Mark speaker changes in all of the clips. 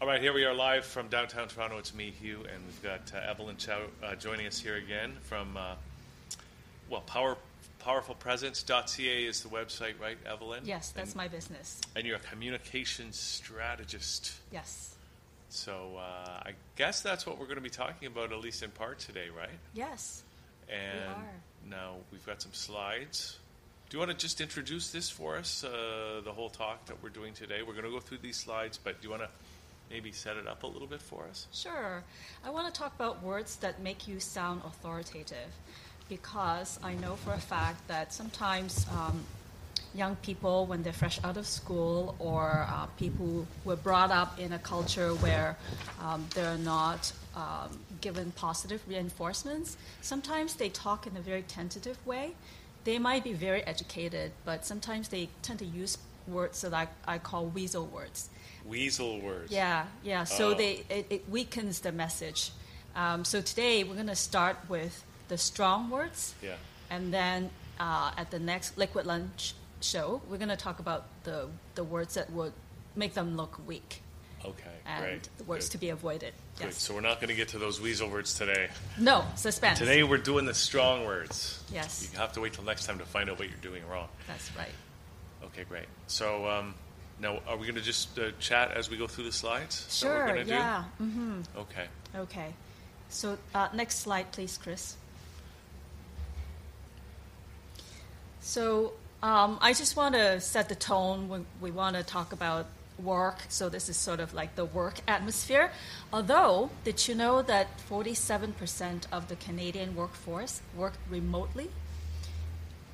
Speaker 1: All right, here we are live from downtown Toronto. It's me, Hugh, and we've got uh, Evelyn Chow uh, joining us here again from, uh, well, Power, powerfulpresence.ca is the website, right, Evelyn?
Speaker 2: Yes, that's
Speaker 1: And-
Speaker 2: my business.
Speaker 1: And you're a communications strategist.
Speaker 2: Yes.
Speaker 1: So uh, I guess that's what we're going to be talking about, at least in part today, right?
Speaker 2: Yes.
Speaker 1: And
Speaker 2: are.
Speaker 1: now we've got some slides. Do you want to just introduce this for us, uh, the whole talk that we're doing today? We're going to go through these slides, but do you want to maybe set it up a little bit for us?
Speaker 2: Sure. I want to talk about words that make you sound authoritative because I know for a fact that sometimes um, young people, when they're fresh out of school, or uh, people who were brought up in a culture where um, they're not um, given positive reinforcements, sometimes they talk in a very tentative way. They might be very educated, but sometimes they tend to use words that I, I call weasel words.
Speaker 1: Weasel words.
Speaker 2: Yeah, yeah. So
Speaker 1: Oh.
Speaker 2: they it, it weakens the message. Um, so today we're going to start with the strong words,
Speaker 1: Yeah.
Speaker 2: and then uh, at the next Liquid Lunch show, we're going to talk about the the words that would make them look weak
Speaker 1: Okay.
Speaker 2: and
Speaker 1: great.
Speaker 2: the words
Speaker 1: Good.
Speaker 2: to be avoided.
Speaker 1: Good.
Speaker 2: Yes.
Speaker 1: So we're not going to get to those weasel words today.
Speaker 2: No suspense.
Speaker 1: Today we're doing the strong words.
Speaker 2: Yes.
Speaker 1: You have to wait till next time to find out what you're doing wrong.
Speaker 2: That's right.
Speaker 1: Okay, great. So um, now, are we going to just uh, chat as we go through the slides? that we're
Speaker 2: Sure.
Speaker 1: gonna do?
Speaker 2: Yeah. Mm,
Speaker 1: Okay.
Speaker 2: Okay. So uh, next slide, please, Chris. So um, I just want to set the tone when we want to talk about work. So this is sort of like the work atmosphere. Although, did you know that 47% of the Canadian workforce work remotely?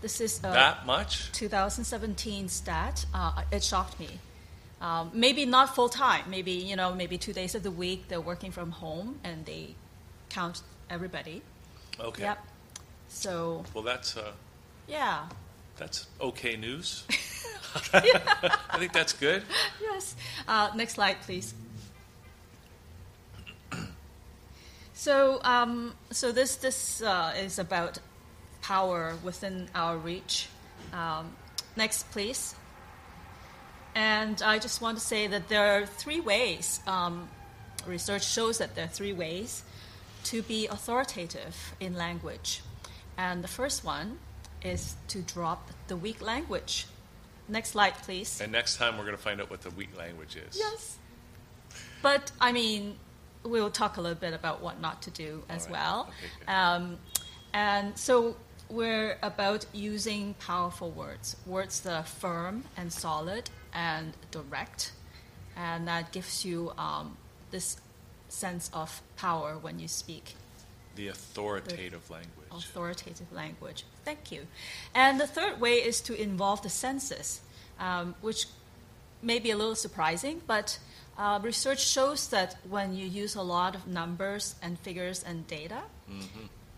Speaker 2: This is a
Speaker 1: that much?
Speaker 2: 2017 stat. Uh, it shocked me. Um, maybe not full time. Maybe you know, maybe two days of the week they're working from home and they count everybody.
Speaker 1: Okay.
Speaker 2: Yep. So
Speaker 1: Well, that's uh,
Speaker 2: yeah.
Speaker 1: that's okay news. I think that's good.
Speaker 2: Yes. Uh, next slide, please. So, um, so this this uh, is about power within our reach. Um, next, please. And I just want to say that there are three ways. Um, research shows that there are three ways to be authoritative in language, and the first one is to drop the weak language. Next slide, please.
Speaker 1: And next time we're going to find out what the weak language is.
Speaker 2: Yes. But I mean, we'll talk a little bit about what not to do as
Speaker 1: right.
Speaker 2: well.
Speaker 1: Okay, good.
Speaker 2: um, and so we're about using powerful words, words that are firm and solid and direct, and that gives you um, this sense of power when you speak
Speaker 1: The authoritative language.
Speaker 2: authoritative language. Thank you. And the third way is to involve the senses, um, which may be a little surprising, but uh, research shows that when you use a lot of numbers and figures and data,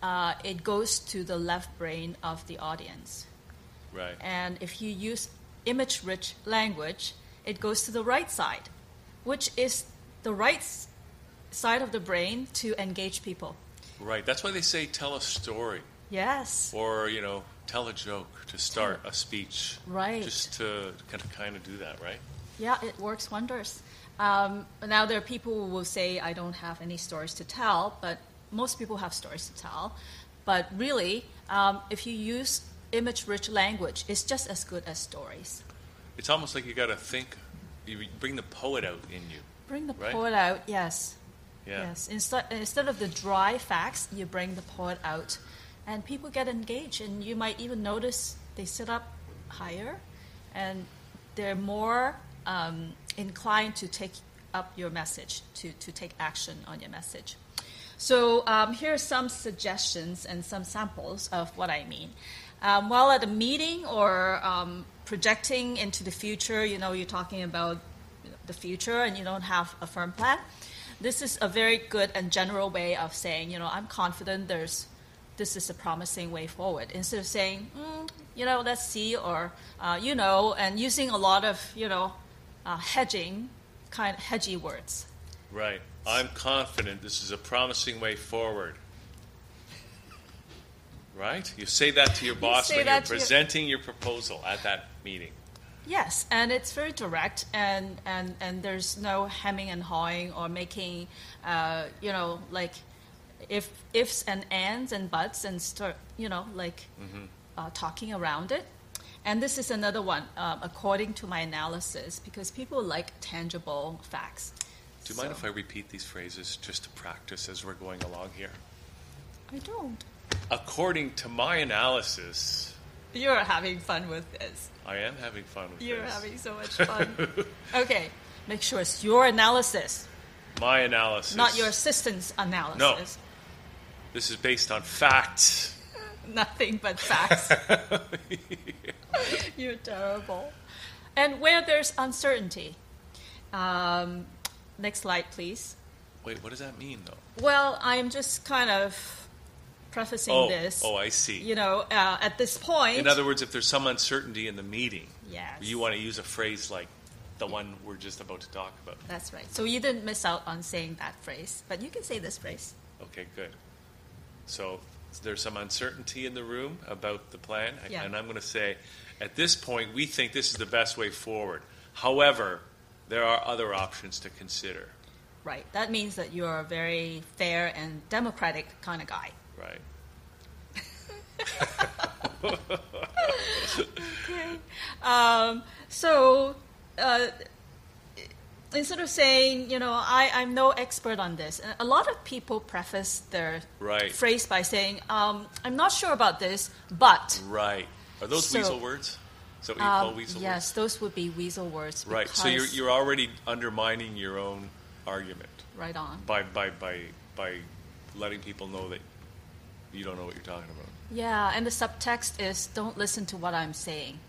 Speaker 2: uh, it goes to the left brain of the audience.
Speaker 1: right.
Speaker 2: And if you use image rich language, it goes to the right side, which is the right s- side of the brain to engage people.
Speaker 1: Right. That's why they say tell a story
Speaker 2: Yes.
Speaker 1: or, you know, tell a joke to start a speech.
Speaker 2: Right.
Speaker 1: Just to kind of, kind of do that, right?
Speaker 2: Yeah, it works wonders. Um, now there are people who will say, "I don't have any stories to tell," but most people have stories to tell. But really, um, if you use image-rich language, it's just as good as stories.
Speaker 1: It's almost like you got to think, you bring the poet out in you.
Speaker 2: Bring the
Speaker 1: Right.
Speaker 2: poet out, yes,
Speaker 1: Yeah.
Speaker 2: yes. Instead, instead of the dry facts, you bring the poet out, and people get engaged. And you might even notice they sit up higher, and they're more um, inclined to take up your message, to to take action on your message. So um, here are some suggestions and some samples of what I mean. Um, while at a meeting or um, projecting into the future, you know, you're talking about the future and you don't have a firm plan, this is a very good and general way of saying, you know, I'm confident there's this is a promising way forward. Instead of saying, mm, you know, let's see or uh, you know, and using a lot of you know uh, hedging kind of hedgy words.
Speaker 1: Right. I'm confident this is a promising way forward. Right? You say that to your boss
Speaker 2: say
Speaker 1: when you're
Speaker 2: that to your-
Speaker 1: presenting your proposal at that meeting.
Speaker 2: Yes, and it's very direct, and, and, and there's no hemming and hawing or making, uh, you know, like if ifs and ands and buts and start, you know, like
Speaker 1: Mm-hmm.
Speaker 2: uh, talking around it. And this is another one, um, according to my analysis, because people like tangible facts.
Speaker 1: Do you mind if I repeat these phrases just to practice as we're going along here?
Speaker 2: I don't.
Speaker 1: According to my analysis,
Speaker 2: You're having fun with this.
Speaker 1: I am having fun with
Speaker 2: You're
Speaker 1: this.
Speaker 2: having so much fun. okay, make sure it's your analysis,
Speaker 1: my analysis.
Speaker 2: not your assistant's analysis.
Speaker 1: This is based on facts.
Speaker 2: Nothing but facts. You're terrible. And where there's uncertainty. Um, next slide, please.
Speaker 1: Wait, what does that mean, though?
Speaker 2: Well, I'm just kind of prefacing
Speaker 1: Oh,
Speaker 2: this.
Speaker 1: oh, I see.
Speaker 2: You know, uh, at this point.
Speaker 1: In other words, if there's some uncertainty in the meeting,
Speaker 2: Yes.
Speaker 1: you want to use a phrase like the one we're just about to talk about.
Speaker 2: That's right. So you didn't miss out on saying that phrase, but you can say this phrase.
Speaker 1: Okay, good. So there's some uncertainty in the room about the plan,
Speaker 2: Yeah.
Speaker 1: and I'm going to say, at this point, we think this is the best way forward. However, there are other options to consider,
Speaker 2: Right. That means that you're a very fair and democratic kind of guy.
Speaker 1: right?
Speaker 2: So uh, instead of saying, you know, I, I'm no expert on this, a lot of people preface their
Speaker 1: Right.
Speaker 2: phrase by saying, um, I'm not sure about this, but.
Speaker 1: Right. Are those
Speaker 2: So-
Speaker 1: weasel words? Is that what you call
Speaker 2: Um,
Speaker 1: weasel
Speaker 2: yes, those would be weasel words.
Speaker 1: words? Right. So you're,
Speaker 2: because-
Speaker 1: you're already undermining your own argument
Speaker 2: right on.
Speaker 1: by, by, by, by letting people know that you don't know what you're talking about.
Speaker 2: Yeah, and the subtext is don't listen to what I'm saying.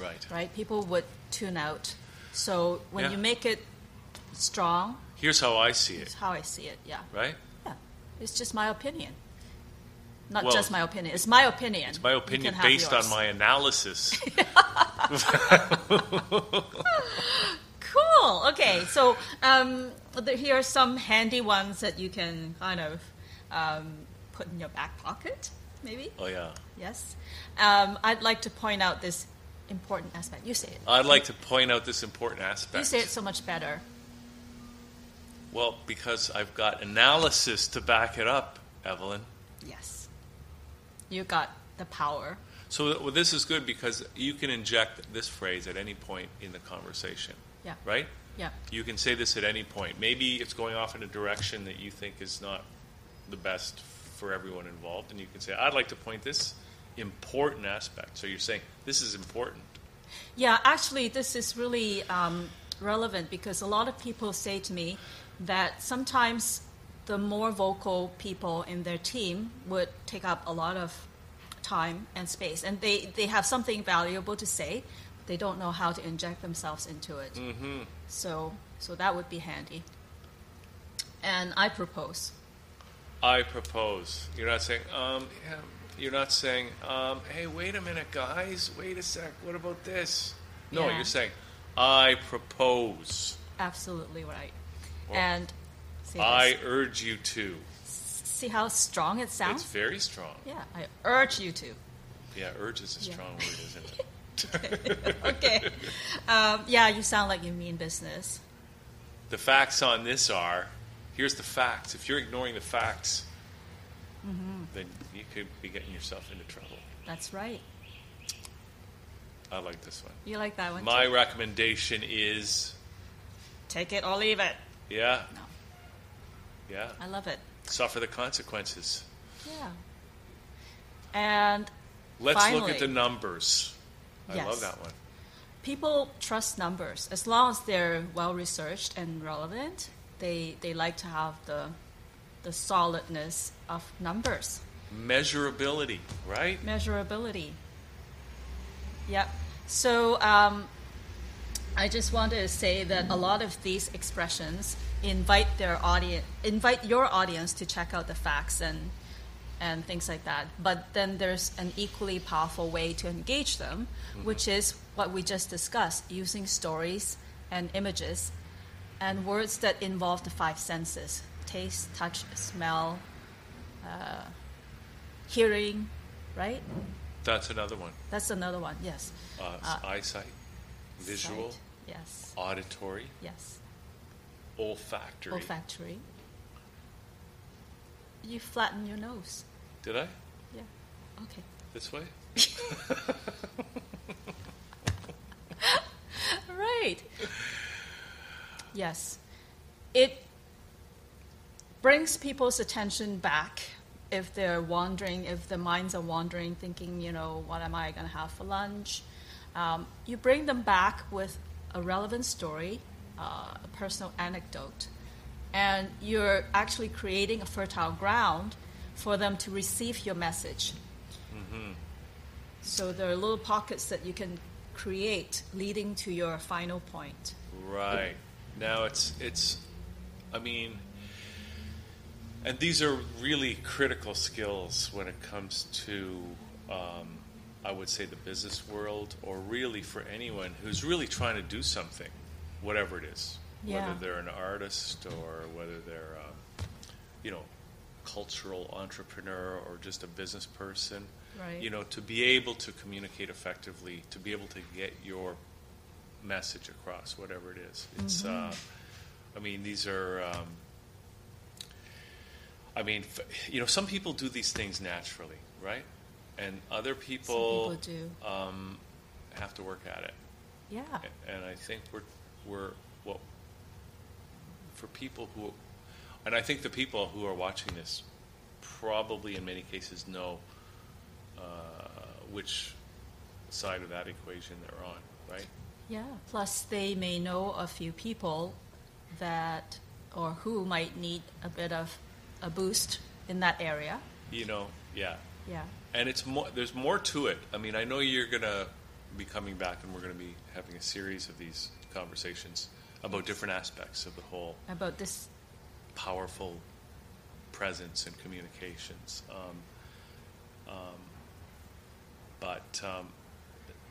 Speaker 1: Right.
Speaker 2: right? People would tune out. So when
Speaker 1: Yeah.
Speaker 2: you make it strong,
Speaker 1: Here's how I see
Speaker 2: that's
Speaker 1: it,
Speaker 2: how I see it. Yeah,
Speaker 1: right?
Speaker 2: yeah. It's just my opinion. Not
Speaker 1: Well,
Speaker 2: just my opinion. It's my opinion.
Speaker 1: My
Speaker 2: You
Speaker 1: opinion
Speaker 2: can have
Speaker 1: based
Speaker 2: yours.
Speaker 1: on my analysis.
Speaker 2: Cool. Okay. So um, there, here are some handy ones that you can kind of um, put in your back pocket, maybe.
Speaker 1: oh, yeah.
Speaker 2: Yes. Um, I'd like to point out this important aspect. You say it.
Speaker 1: I'd like to point out this important aspect.
Speaker 2: You say it so much better.
Speaker 1: Well, because I've got analysis to back it up, Evelyn.
Speaker 2: Yes. You got the power.
Speaker 1: So th- well, this is good because you can inject this phrase at any point in the conversation,
Speaker 2: Yeah.
Speaker 1: right?
Speaker 2: Yeah.
Speaker 1: You can say this at any point. Maybe it's going off in a direction that you think is not the best for everyone involved, and you can say, "I'd like to point this important aspect." So you're saying this is important.
Speaker 2: Yeah, actually, this is really um, relevant because a lot of people say to me that sometimes the more vocal people in their team would take up a lot of time and space, and they, they have something valuable to say, but they don't know how to inject themselves into it. Mm-hmm. So, so that would be handy. And I propose.
Speaker 1: I propose. You're not saying, um, yeah, you're not saying, um, hey, wait a minute, guys, wait a sec, what about this? No,
Speaker 2: Yeah.
Speaker 1: you're saying, I propose.
Speaker 2: Absolutely right.
Speaker 1: Well,
Speaker 2: and see,
Speaker 1: I urge you to.
Speaker 2: see how strong it
Speaker 1: It's
Speaker 2: sounds?
Speaker 1: very strong.
Speaker 2: Yeah, I urge you to.
Speaker 1: Yeah, urge is a
Speaker 2: Yeah.
Speaker 1: strong word, isn't it?
Speaker 2: okay. Um, yeah, you sound like you mean business.
Speaker 1: The facts on this are here's the facts. If you're ignoring the facts,
Speaker 2: Mm-hmm.
Speaker 1: then you could be getting yourself into trouble.
Speaker 2: That's right.
Speaker 1: I like this one.
Speaker 2: You like that one?
Speaker 1: My
Speaker 2: too?
Speaker 1: recommendation is
Speaker 2: Take it or leave it.
Speaker 1: yeah,
Speaker 2: No,
Speaker 1: yeah,
Speaker 2: I love it.
Speaker 1: suffer the consequences.
Speaker 2: Yeah. And
Speaker 1: Let's look at
Speaker 2: Finally.
Speaker 1: the numbers. I love
Speaker 2: Yes.
Speaker 1: that one.
Speaker 2: people trust numbers as long as they're well researched and relevant. They they like to have the the solidness of numbers,
Speaker 1: Measurability, right?
Speaker 2: measurability. Yep. So um, I just wanted to say that a lot of these expressions invite their audience, invite your audience to check out the facts and and things like that. But then there's an equally powerful way to engage them, which is what we just discussed, using stories and images and words that involve the five senses: taste, touch, smell, uh, hearing. Right?
Speaker 1: That's another one.
Speaker 2: That's another one. Yes.
Speaker 1: Uh, eyesight, Visual,
Speaker 2: Uh, sight. Yes.
Speaker 1: auditory,
Speaker 2: Yes.
Speaker 1: olfactory.
Speaker 2: Olfactory. You flatten your nose.
Speaker 1: Did I?
Speaker 2: Yeah. Okay.
Speaker 1: This way?
Speaker 2: Right. Yes. It brings people's attention back if they're wandering, if their minds are wandering, thinking, you know, what am I going to have for lunch? Um, you bring them back with a relevant story, uh, a personal anecdote, and you're actually creating a fertile ground for them to receive your message. So there are little pockets that you can create leading to your final point.
Speaker 1: Right. Now it's it's I mean and these are really critical skills when it comes to um, I would say the business world or really for anyone who's really trying to do something, whatever it is.
Speaker 2: Yeah.
Speaker 1: Whether they're an artist or whether they're um, you know, cultural entrepreneur or just a business person.
Speaker 2: Right.
Speaker 1: You know, to be able to communicate effectively, to be able to get your message across, whatever it is. It's,
Speaker 2: Mm-hmm.
Speaker 1: uh, I mean, these are, um, I mean, f- you know, some people do these things naturally, right? And other people,
Speaker 2: Some people do.
Speaker 1: Um, have to work at it.
Speaker 2: Yeah.
Speaker 1: A- And I think we're, we're, well, for people who, and I think the people who are watching this probably in many cases know uh, which side of that equation they're on, right?
Speaker 2: Yeah. Plus, they may know a few people that or who might need a bit of a boost in that area.
Speaker 1: You know, yeah.
Speaker 2: Yeah.
Speaker 1: And it's more. There's more to it. I mean, I know you're gonna be coming back, and we're gonna be having a series of these conversations about different aspects of the whole
Speaker 2: About this.
Speaker 1: powerful presence and communications. Um, um, but um,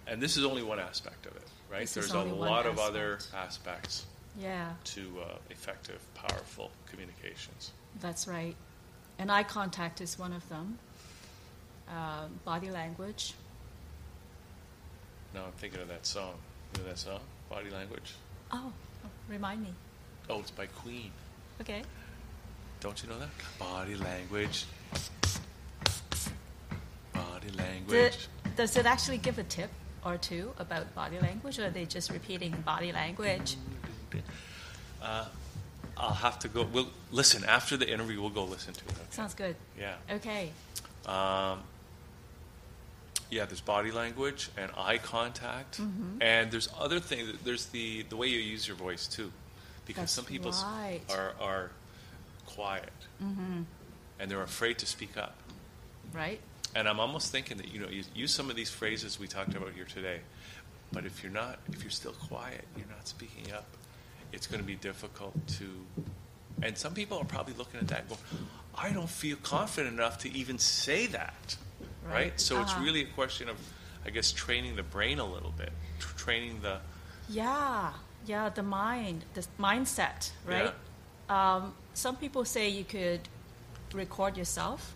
Speaker 1: and this is only one aspect of it, right?
Speaker 2: This is
Speaker 1: There's
Speaker 2: only
Speaker 1: a
Speaker 2: one
Speaker 1: lot of other aspects
Speaker 2: Yeah,
Speaker 1: to uh, effective, powerful communications.
Speaker 2: that's right. And eye contact is one of them. Um, body language.
Speaker 1: Now I'm thinking of that song. You know that song, Body Language.
Speaker 2: Oh, remind me.
Speaker 1: Oh, it's by Queen.
Speaker 2: Okay.
Speaker 1: Don't you know that? Body language. Body
Speaker 2: Th-
Speaker 1: language.
Speaker 2: does it actually give a tip or two about body language, or are they just repeating body language?
Speaker 1: I'll have to go. We'll listen after the interview. We'll go listen to it. okay?
Speaker 2: Sounds good.
Speaker 1: Yeah.
Speaker 2: Okay.
Speaker 1: Yeah. There's body language and eye contact,
Speaker 2: Mm-hmm.
Speaker 1: and there's other things. There's the the way you use your voice too, because
Speaker 2: That's
Speaker 1: some people s-
Speaker 2: right. Mm-hmm.
Speaker 1: are are quiet, and they're afraid to speak up.
Speaker 2: Right?
Speaker 1: And I'm almost thinking that you know, use, use some of these phrases we talked about here today. But if you're not, if you're still quiet, you're not speaking up. It's going to be difficult to. And some people are probably looking at that, and going, "I don't feel confident enough to even say that." Right.
Speaker 2: Right.
Speaker 1: So it's
Speaker 2: Uh-huh.
Speaker 1: really a question of, I guess, training the brain a little bit, tr- training the
Speaker 2: Yeah, yeah, the mind, the mindset, right? Um, some people say you could record yourself,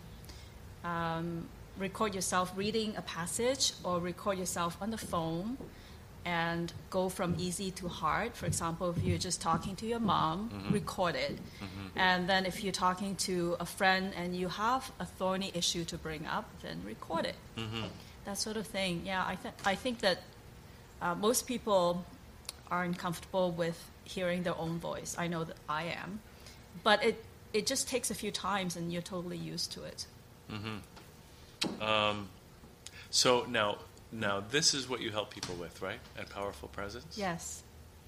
Speaker 2: um, record yourself reading a passage, or record yourself on the phone, and go from easy to hard. For example, if you're just talking to your mom, record it, and then if you're talking to a friend and you have a thorny issue to bring up, then record it. That sort of thing. Yeah, I th- I think that uh, most people aren't comfortable with hearing their own voice. I know that I am, but it it just takes a few times, and you're totally used to it.
Speaker 1: So now, now this is what you help people with, right? At Powerful Presence.
Speaker 2: Yes,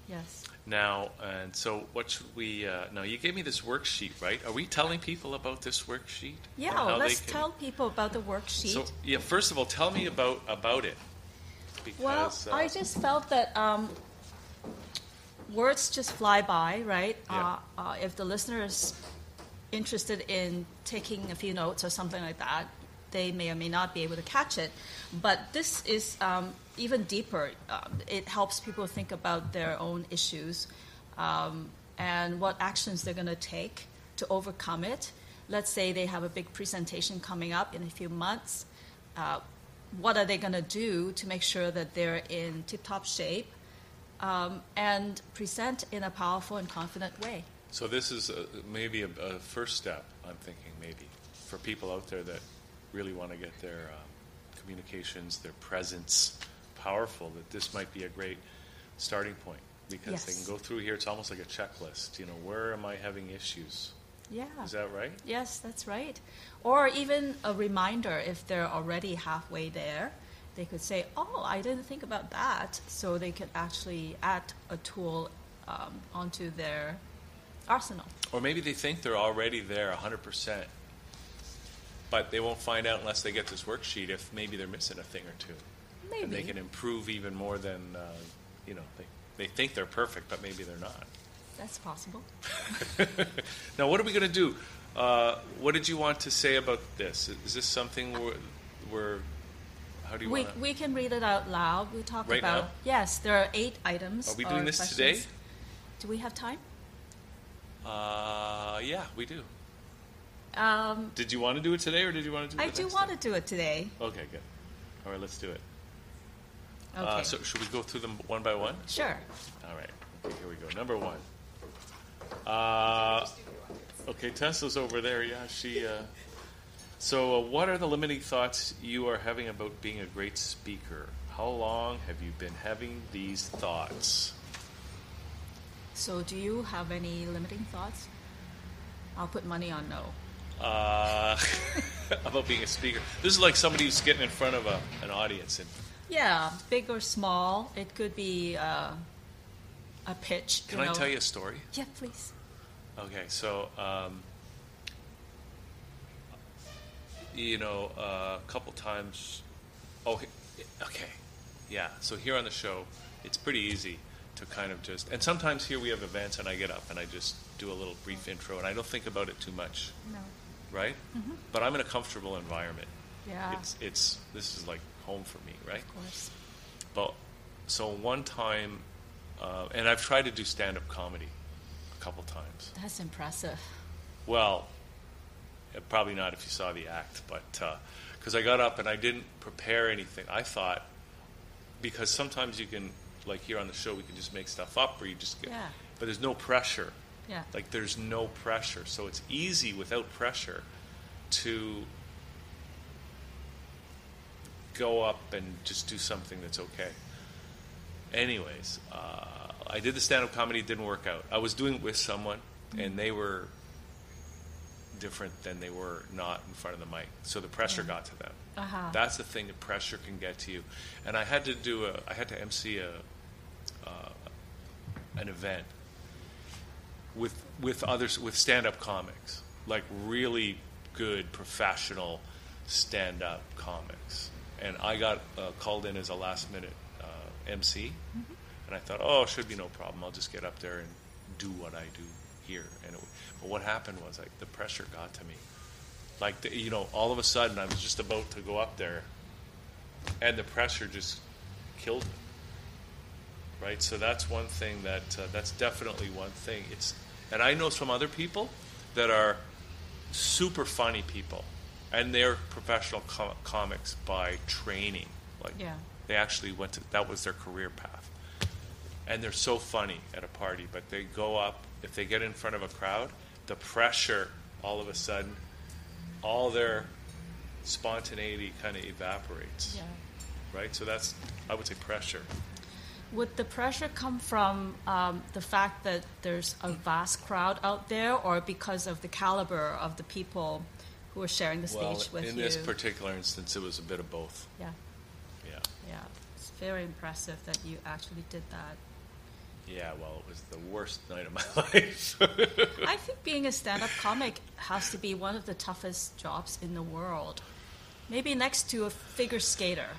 Speaker 2: yes.
Speaker 1: Now, and so what should we, uh, now you gave me this worksheet, right? Are we telling people about this worksheet?
Speaker 2: Yeah,
Speaker 1: And how they
Speaker 2: let's
Speaker 1: can-
Speaker 2: tell people about the worksheet.
Speaker 1: So, yeah, first of all, tell me about, about it.
Speaker 2: Well,
Speaker 1: Because, uh,
Speaker 2: I just felt that um, words just fly by, right?
Speaker 1: Yeah.
Speaker 2: Uh, uh, if the listener is interested in taking a few notes or something like that, they may or may not be able to catch it. But this is um, even deeper. Um, it helps people think about their own issues um, and what actions they're going to take to overcome it. Let's say they have a big presentation coming up in a few months uh, what are they going to do to make sure that they're in tip-top shape um, and present in a powerful and confident way.
Speaker 1: So this is a, maybe a, a first step. I'm thinking maybe for people out there that really want to get their um, communications, their presence powerful. That this might be a great starting point because they
Speaker 2: Yes.
Speaker 1: can go through here. It's almost like a checklist. You know, where am I having issues?
Speaker 2: Yeah.
Speaker 1: Is that right?
Speaker 2: Yes, that's right. Or even a reminder if they're already halfway there, they could say, Oh, I didn't think about that. So they could actually add a tool um, onto their arsenal.
Speaker 1: Or maybe they think they're already there 100%, but they won't find out unless they get this worksheet if maybe they're missing a thing or two. And they
Speaker 2: Maybe.
Speaker 1: can improve even more than, uh, you know, they, they think they're perfect, but maybe they're not.
Speaker 2: That's possible.
Speaker 1: Now, what are we going to do? Uh, what did you want to say about this? Is this something we're, we're how do you
Speaker 2: We,
Speaker 1: want to?
Speaker 2: we can read it out loud. We talk
Speaker 1: Right
Speaker 2: about.
Speaker 1: now?
Speaker 2: Yes, there are eight items.
Speaker 1: Are we
Speaker 2: or
Speaker 1: doing this today?
Speaker 2: questions. Do we have time?
Speaker 1: Uh, yeah, we do.
Speaker 2: Um,
Speaker 1: Did you want to do it today or did you want to do it
Speaker 2: I do want to do it today.
Speaker 1: to. Okay, good. All right, let's do it.
Speaker 2: Okay.
Speaker 1: Uh, so, should we go through them one by one?
Speaker 2: sure.
Speaker 1: All right. Okay, here we go. Number one. Uh, okay, Tesla's over there. Yeah, she. Uh, so, uh, what are the limiting thoughts you are having about being a great speaker? How long have you been having these thoughts?
Speaker 2: So, do you have any limiting thoughts? I'll put money on no.
Speaker 1: Uh, about being a speaker. This is like somebody who's getting in front of a, an audience. And
Speaker 2: Yeah, big or small. It could be uh, a pitch.
Speaker 1: can
Speaker 2: you
Speaker 1: I
Speaker 2: know.
Speaker 1: tell you a story?
Speaker 2: Yeah, please.
Speaker 1: Okay, so um, you know, uh, a couple times. Oh, okay, yeah. So here on the show, it's pretty easy to kind of just. And sometimes here we have events, and I get up and I just do a little brief intro, and I don't think about it too much,
Speaker 2: No.
Speaker 1: right? But I'm in a comfortable environment.
Speaker 2: Yeah,
Speaker 1: It's it's this is like home for me, right?
Speaker 2: of course.
Speaker 1: But so one time, uh, and I've tried to do stand-up comedy a couple times.
Speaker 2: That's impressive.
Speaker 1: Well, eh, probably not if you saw the act, but because I got up and I didn't prepare anything. I thought because sometimes you can, like here on the show, we can just make stuff up, or you just get,
Speaker 2: Yeah.
Speaker 1: but there's no pressure.
Speaker 2: Yeah.
Speaker 1: Like there's no pressure, so it's easy without pressure to go up and just do something that's okay. Anyways, uh, I did the stand-up comedy. It didn't work out. I was doing it with someone, and they were different than they were not in front of the mic. So the pressure got to them.
Speaker 2: Uh-huh.
Speaker 1: That's the thing. The pressure can get to you. And I had to do a. I had to MC a, uh, an event with with others with stand up comics, like really good professional stand up comics. And I got uh, called in as a last minute uh, MC, and I thought, oh, should be no problem. I'll just get up there and do what I do here. And it, but what happened was like the pressure got to me, like the, you know, all of a sudden I was just about to go up there, and the pressure just killed me right? So that's one thing that uh, that's definitely one thing. It's and I know some other people that are super funny people, and they're professional com- comics by training. Like
Speaker 2: Yeah.
Speaker 1: they actually went to that was their career path, and they're so funny at a party. But they go up if they get in front of a crowd, the pressure all of a sudden, all their spontaneity kind of evaporates.
Speaker 2: Yeah.
Speaker 1: Right, so that's I would say pressure.
Speaker 2: Would the pressure come from um, the fact that there's a vast crowd out there, or because of the caliber of the people who are sharing the stage
Speaker 1: Well,
Speaker 2: with
Speaker 1: in
Speaker 2: you?
Speaker 1: this particular instance, it was a bit of both.
Speaker 2: yeah,
Speaker 1: Yeah,
Speaker 2: yeah. It's very impressive that you actually did that.
Speaker 1: yeah. Well, it was the worst night of my life.
Speaker 2: I think being a stand-up comic has to be one of the toughest jobs in the world. Maybe next to a figure skater,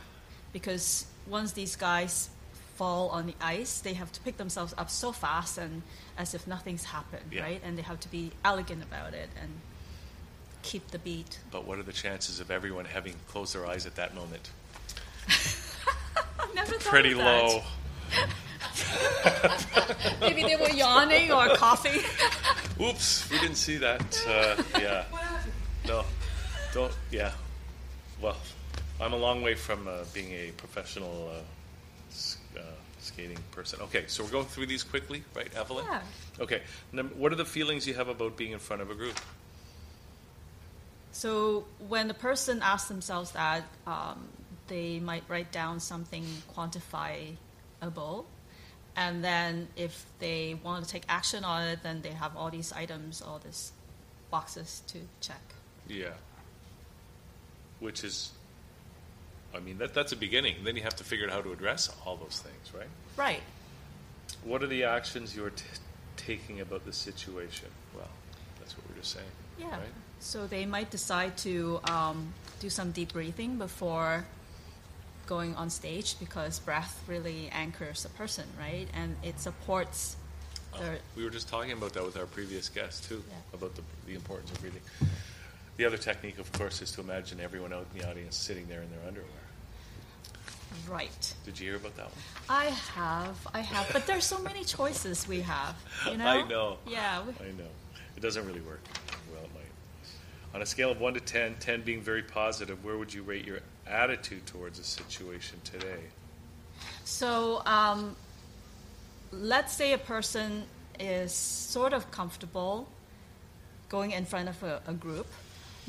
Speaker 2: because once these guys fall on the ice, they have to pick themselves up so fast and as if nothing's happened,
Speaker 1: Yeah.
Speaker 2: right? And they have to be elegant about it and keep the beat.
Speaker 1: but what are the chances of everyone having closed their eyes at that moment?
Speaker 2: I've never thought
Speaker 1: Pretty
Speaker 2: of that.
Speaker 1: low.
Speaker 2: Maybe they were yawning or coughing.
Speaker 1: Oops, we didn't see that. Uh, yeah. No, don't. Yeah. Well, I'm a long way from uh, being a professional uh, s- uh, skating person. Okay, so we're going through these quickly, right, Evelyn?
Speaker 2: Yeah.
Speaker 1: Okay. Num- what are the feelings you have about being in front of a group?
Speaker 2: So when the person asks themselves that, um, they might write down something quantifiable, and then if they want to take action on it, then they have all these items, all these boxes to check.
Speaker 1: Yeah. Which is, I mean, that that's a beginning. Then you have to figure out how to address all those things, right?
Speaker 2: Right.
Speaker 1: What are the actions you're t- taking about the situation? Well, that's what we are just saying.
Speaker 2: Yeah.
Speaker 1: Right?
Speaker 2: So they might decide to um, do some deep breathing before going on stage because breath really anchors the person, right? And it supports their.
Speaker 1: We were just talking about that with our previous guest too,
Speaker 2: Yeah.
Speaker 1: about the, the importance of breathing. The other technique, of course, is to imagine everyone out in the audience sitting there in their underwear.
Speaker 2: Right.
Speaker 1: Did you hear about that one?
Speaker 2: I have, I have, but there's so many choices we have, you know.
Speaker 1: I know.
Speaker 2: Yeah, we,
Speaker 1: I know. It doesn't really work. Well, it might. On a scale of 1 to 10, 10 being very positive, where would you rate your attitude towards a situation today?
Speaker 2: so um, let's say a person is sort of comfortable going in front of a, a group,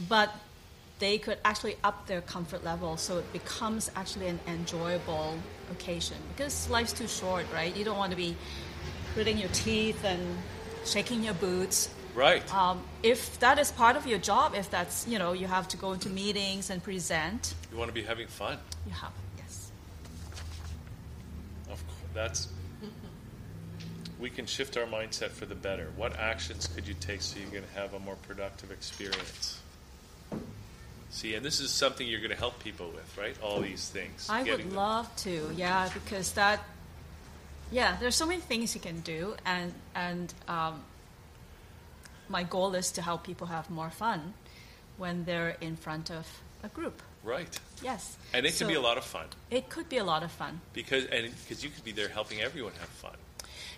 Speaker 2: but they could actually up their comfort level so it becomes actually an enjoyable occasion because life's too short, right? You don't want to be gritting your teeth and shaking your boots
Speaker 1: Right.
Speaker 2: um, if that is part of your job, if that's you know you have to go into meetings and present,
Speaker 1: You want to be having fun.
Speaker 2: you have yes,
Speaker 1: Of course, that's. We can shift our mindset for the better. What actions could you take so you can have a more productive experience? See, and this is something you're going to help people with, right? All these things.
Speaker 2: I
Speaker 1: Getting
Speaker 2: would
Speaker 1: them-
Speaker 2: love to, yeah, because that, yeah, there's so many things you can do, and and um, my goal is to help people have more fun when they're in front of a group.
Speaker 1: Right,
Speaker 2: Yes,
Speaker 1: and it can be
Speaker 2: So
Speaker 1: a lot of fun
Speaker 2: It could be a lot of fun.
Speaker 1: because and because you could be there helping everyone have fun.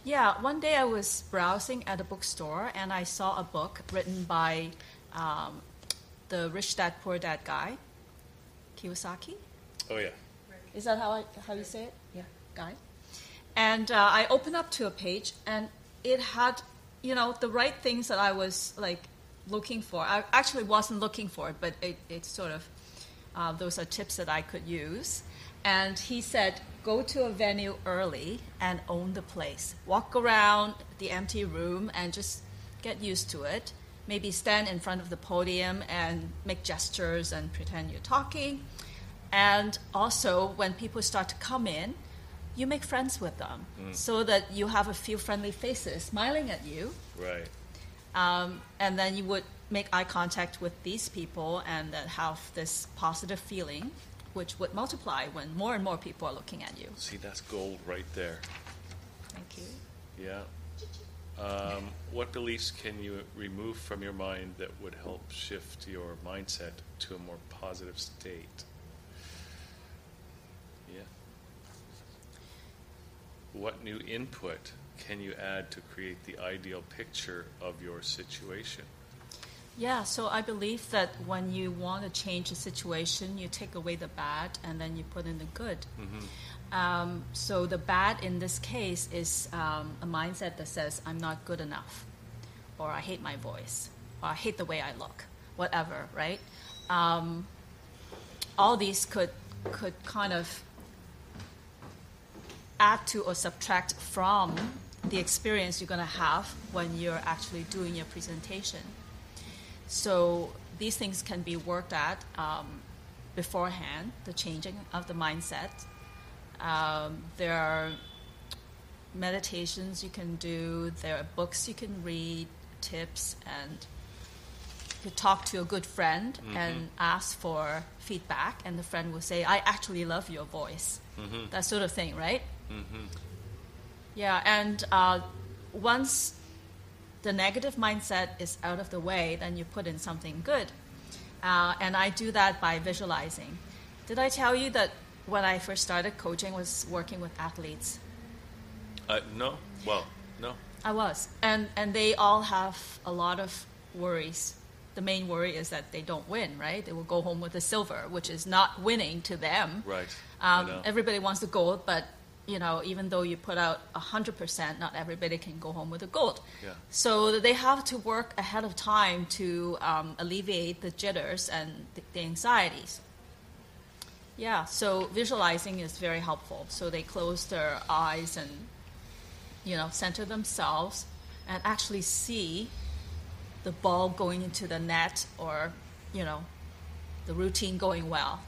Speaker 2: Yeah, one day I was browsing at a bookstore and I saw a book written by um, the Rich Dad Poor Dad guy, Kiyosaki.
Speaker 1: Oh yeah,
Speaker 2: Is that how I, how you say it? Yeah, guy. And uh, I opened up to a page and it had, you know, the right things that I was like looking for. I actually wasn't looking for it, but it, it sort of uh, those are tips that I could use. And he said, go to a venue early and own the place. Walk around the empty room and just get used to it. Maybe stand in front of the podium and make gestures and pretend you're talking. And also, when people start to come in, you make friends with them so that you have a few friendly faces smiling at you.
Speaker 1: right.
Speaker 2: Um, and then you would make eye contact with these people and then have this positive feeling, which would multiply when more and more people are looking at you.
Speaker 1: See, that's gold right there.
Speaker 2: Thank you.
Speaker 1: Yeah. Um, what beliefs can you remove from your mind that would help shift your mindset to a more positive state? Yeah. What new input can you add to create the ideal picture of your situation?
Speaker 2: Yeah, so I believe that when you want to change a situation, you take away the bad and then you put in the good. Um, so the bad in this case is um, a mindset that says, I'm not good enough, or I hate my voice, or I hate the way I look, whatever, right? Um, all these could, could kind of add to or subtract from the experience you're going to have when you're actually doing your presentation. So these things can be worked at um, beforehand, the changing of the mindset. Um, there are meditations you can do, there are books you can read, tips, and you talk to a good friend and ask for feedback, and the friend will say, I actually love your voice. That sort of thing, right? Yeah, and uh, once the negative mindset is out of the way, then you put in something good. Uh, and I do that by visualizing. Did I tell you that when I first started coaching was working with athletes?
Speaker 1: Uh, no. Well, no.
Speaker 2: I was, and and they all have a lot of worries. The main worry is that they don't win, right? They will go home with the silver, which is not winning to them.
Speaker 1: Right. I
Speaker 2: Um,
Speaker 1: know.
Speaker 2: everybody wants the gold, but you know, even though you put out 100%, not everybody can go home with the gold.
Speaker 1: Yeah.
Speaker 2: So that they have to work ahead of time to um, alleviate the jitters and the, the anxieties. Yeah, so visualizing is very helpful. So they close their eyes and, you know, center themselves and actually see the ball going into the net or, you know, the routine going well.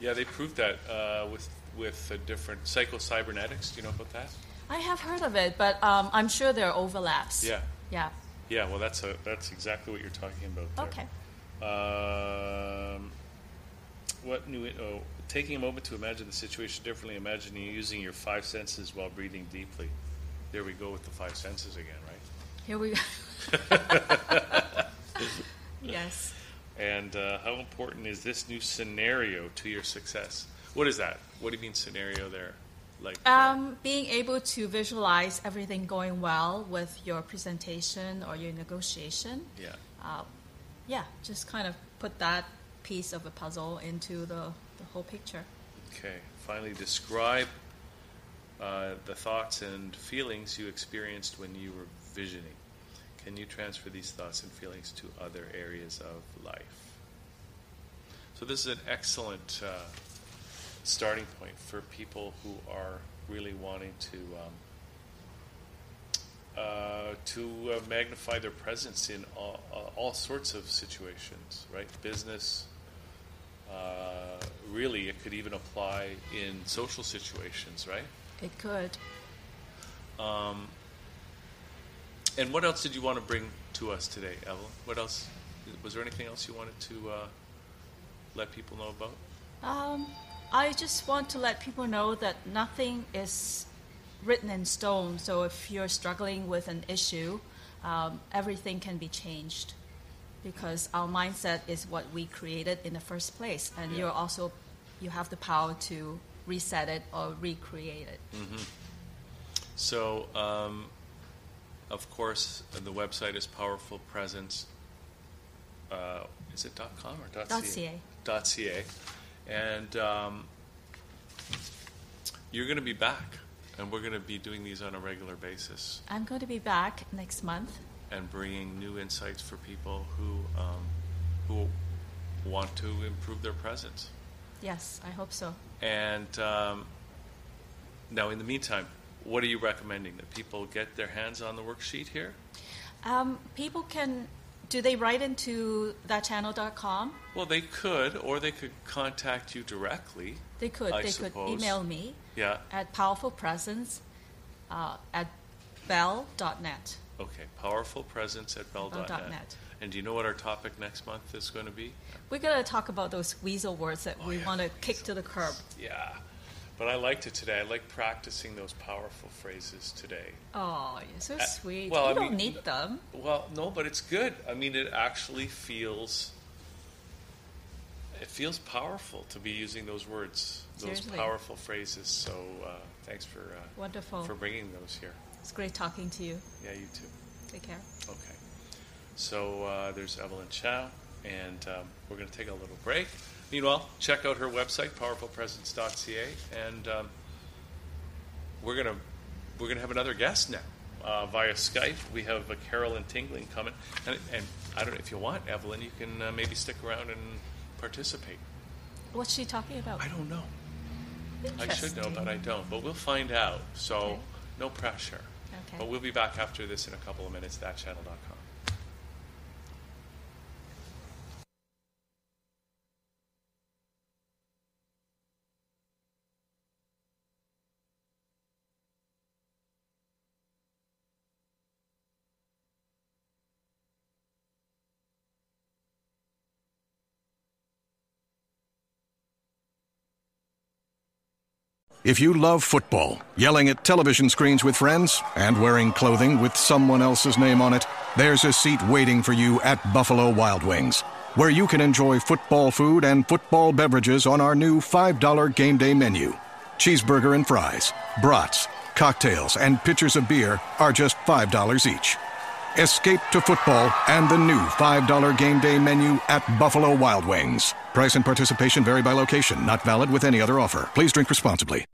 Speaker 1: Yeah, they proved that uh, with with a different psychocybernetics. Do you know about that?
Speaker 2: I have heard of it, but um, I'm sure there are overlaps.
Speaker 1: Yeah.
Speaker 2: Yeah.
Speaker 1: Yeah. Well, that's a that's exactly what you're talking about. There.
Speaker 2: Okay.
Speaker 1: Um, what new? Oh, taking a moment to imagine the situation differently. Imagine you using your five senses while breathing deeply. There we go with the five senses again, right?
Speaker 2: Here we go. yes.
Speaker 1: And uh, how important is this new scenario to your success? What is that? What do you mean scenario there? Like uh,
Speaker 2: Um, being able to visualize everything going well with your presentation or your negotiation. uh,
Speaker 1: yeah,
Speaker 2: Yeah, just kind of put that piece of the puzzle into the, the whole picture.
Speaker 1: okay. Finally, describe uh, the thoughts and feelings you experienced when you were visioning. Can you transfer these thoughts and feelings to other areas of life? So this is an excellent uh, starting point for people who are really wanting to um, uh, to uh, magnify their presence in all, uh, all sorts of situations, right? Business. Uh, really, it could even apply in social situations, right?
Speaker 2: It could.
Speaker 1: And what else did you want to bring to us today, Evelyn? What else? Was there anything else you wanted to uh, let people know about?
Speaker 2: Um, I just want to let people know that nothing is written in stone. So if you're struggling with an issue, um, everything can be changed because our mindset is what we created in the first place, and
Speaker 1: Yeah.
Speaker 2: you're also you have the power to reset it or recreate it.
Speaker 1: Mm. So, um, of course, the website is Powerful Presence. Uh, is it dot .com or dot
Speaker 2: Dot
Speaker 1: .ca? Dot .ca. And um, you're going to be back, and we're going to be doing these on a regular basis
Speaker 2: I'm going to be back next month.
Speaker 1: and bringing new insights for people who um, who want to improve their presence.
Speaker 2: Yes, I hope so.
Speaker 1: And um, now, in the meantime, what are you recommending that people get their hands on the worksheet here?
Speaker 2: Um, people can do they write into thatchannel.com?
Speaker 1: Well, they could, or they could contact you directly.
Speaker 2: They could.
Speaker 1: I
Speaker 2: they
Speaker 1: suppose.
Speaker 2: could email me.
Speaker 1: Yeah.
Speaker 2: at powerfulpresence uh, at bell.net.
Speaker 1: Okay. Powerful presence at bell.net.
Speaker 2: Bell dot net.
Speaker 1: And do you know what our topic next month is going to be?
Speaker 2: We're going to talk about those weasel words that we
Speaker 1: yeah,
Speaker 2: want to kick to the curb.
Speaker 1: Yeah. But I liked it today. I like practicing those powerful phrases today.
Speaker 2: Oh, you're so
Speaker 1: Uh,
Speaker 2: sweet.
Speaker 1: well,
Speaker 2: you
Speaker 1: I
Speaker 2: don't
Speaker 1: mean-
Speaker 2: need them.
Speaker 1: Well, no, but it's good. I mean, it actually feels it feels powerful to be using those words,
Speaker 2: Seriously.
Speaker 1: those powerful phrases. So, uh, thanks for uh,
Speaker 2: Wonderful.
Speaker 1: for bringing those here.
Speaker 2: It's great talking to you.
Speaker 1: Yeah, you too.
Speaker 2: Take care.
Speaker 1: Okay. So uh, there's Evelyn Chow, and um, we're going to take a little break. Meanwhile, check out her website, powerfulpresence.ca, and um, we're going to we're going to have another guest now uh, via Skype. We have uh, Carolyn Tingling coming, and, and I don't know if you want Evelyn, you can uh, maybe stick around and participate.
Speaker 2: What's she talking about?
Speaker 1: I don't know. I should
Speaker 2: Interesting.
Speaker 1: know, but I don't. But we'll find out. So
Speaker 2: Okay.
Speaker 1: no pressure.
Speaker 2: Okay.
Speaker 1: But we'll be back after this in a couple of minutes. Thatchannel.com.
Speaker 3: If you love football, yelling at television screens with friends, and wearing clothing with someone else's name on it, there's a seat waiting for you at Buffalo Wild Wings, where you can enjoy football food and football beverages on our new $5 game day menu. Cheeseburger and fries, brats, cocktails, and pitchers of beer are just $5 each. Escape to football and the new $5 game day menu at Buffalo Wild Wings. Price and participation vary by location, not valid with any other offer. Please drink responsibly.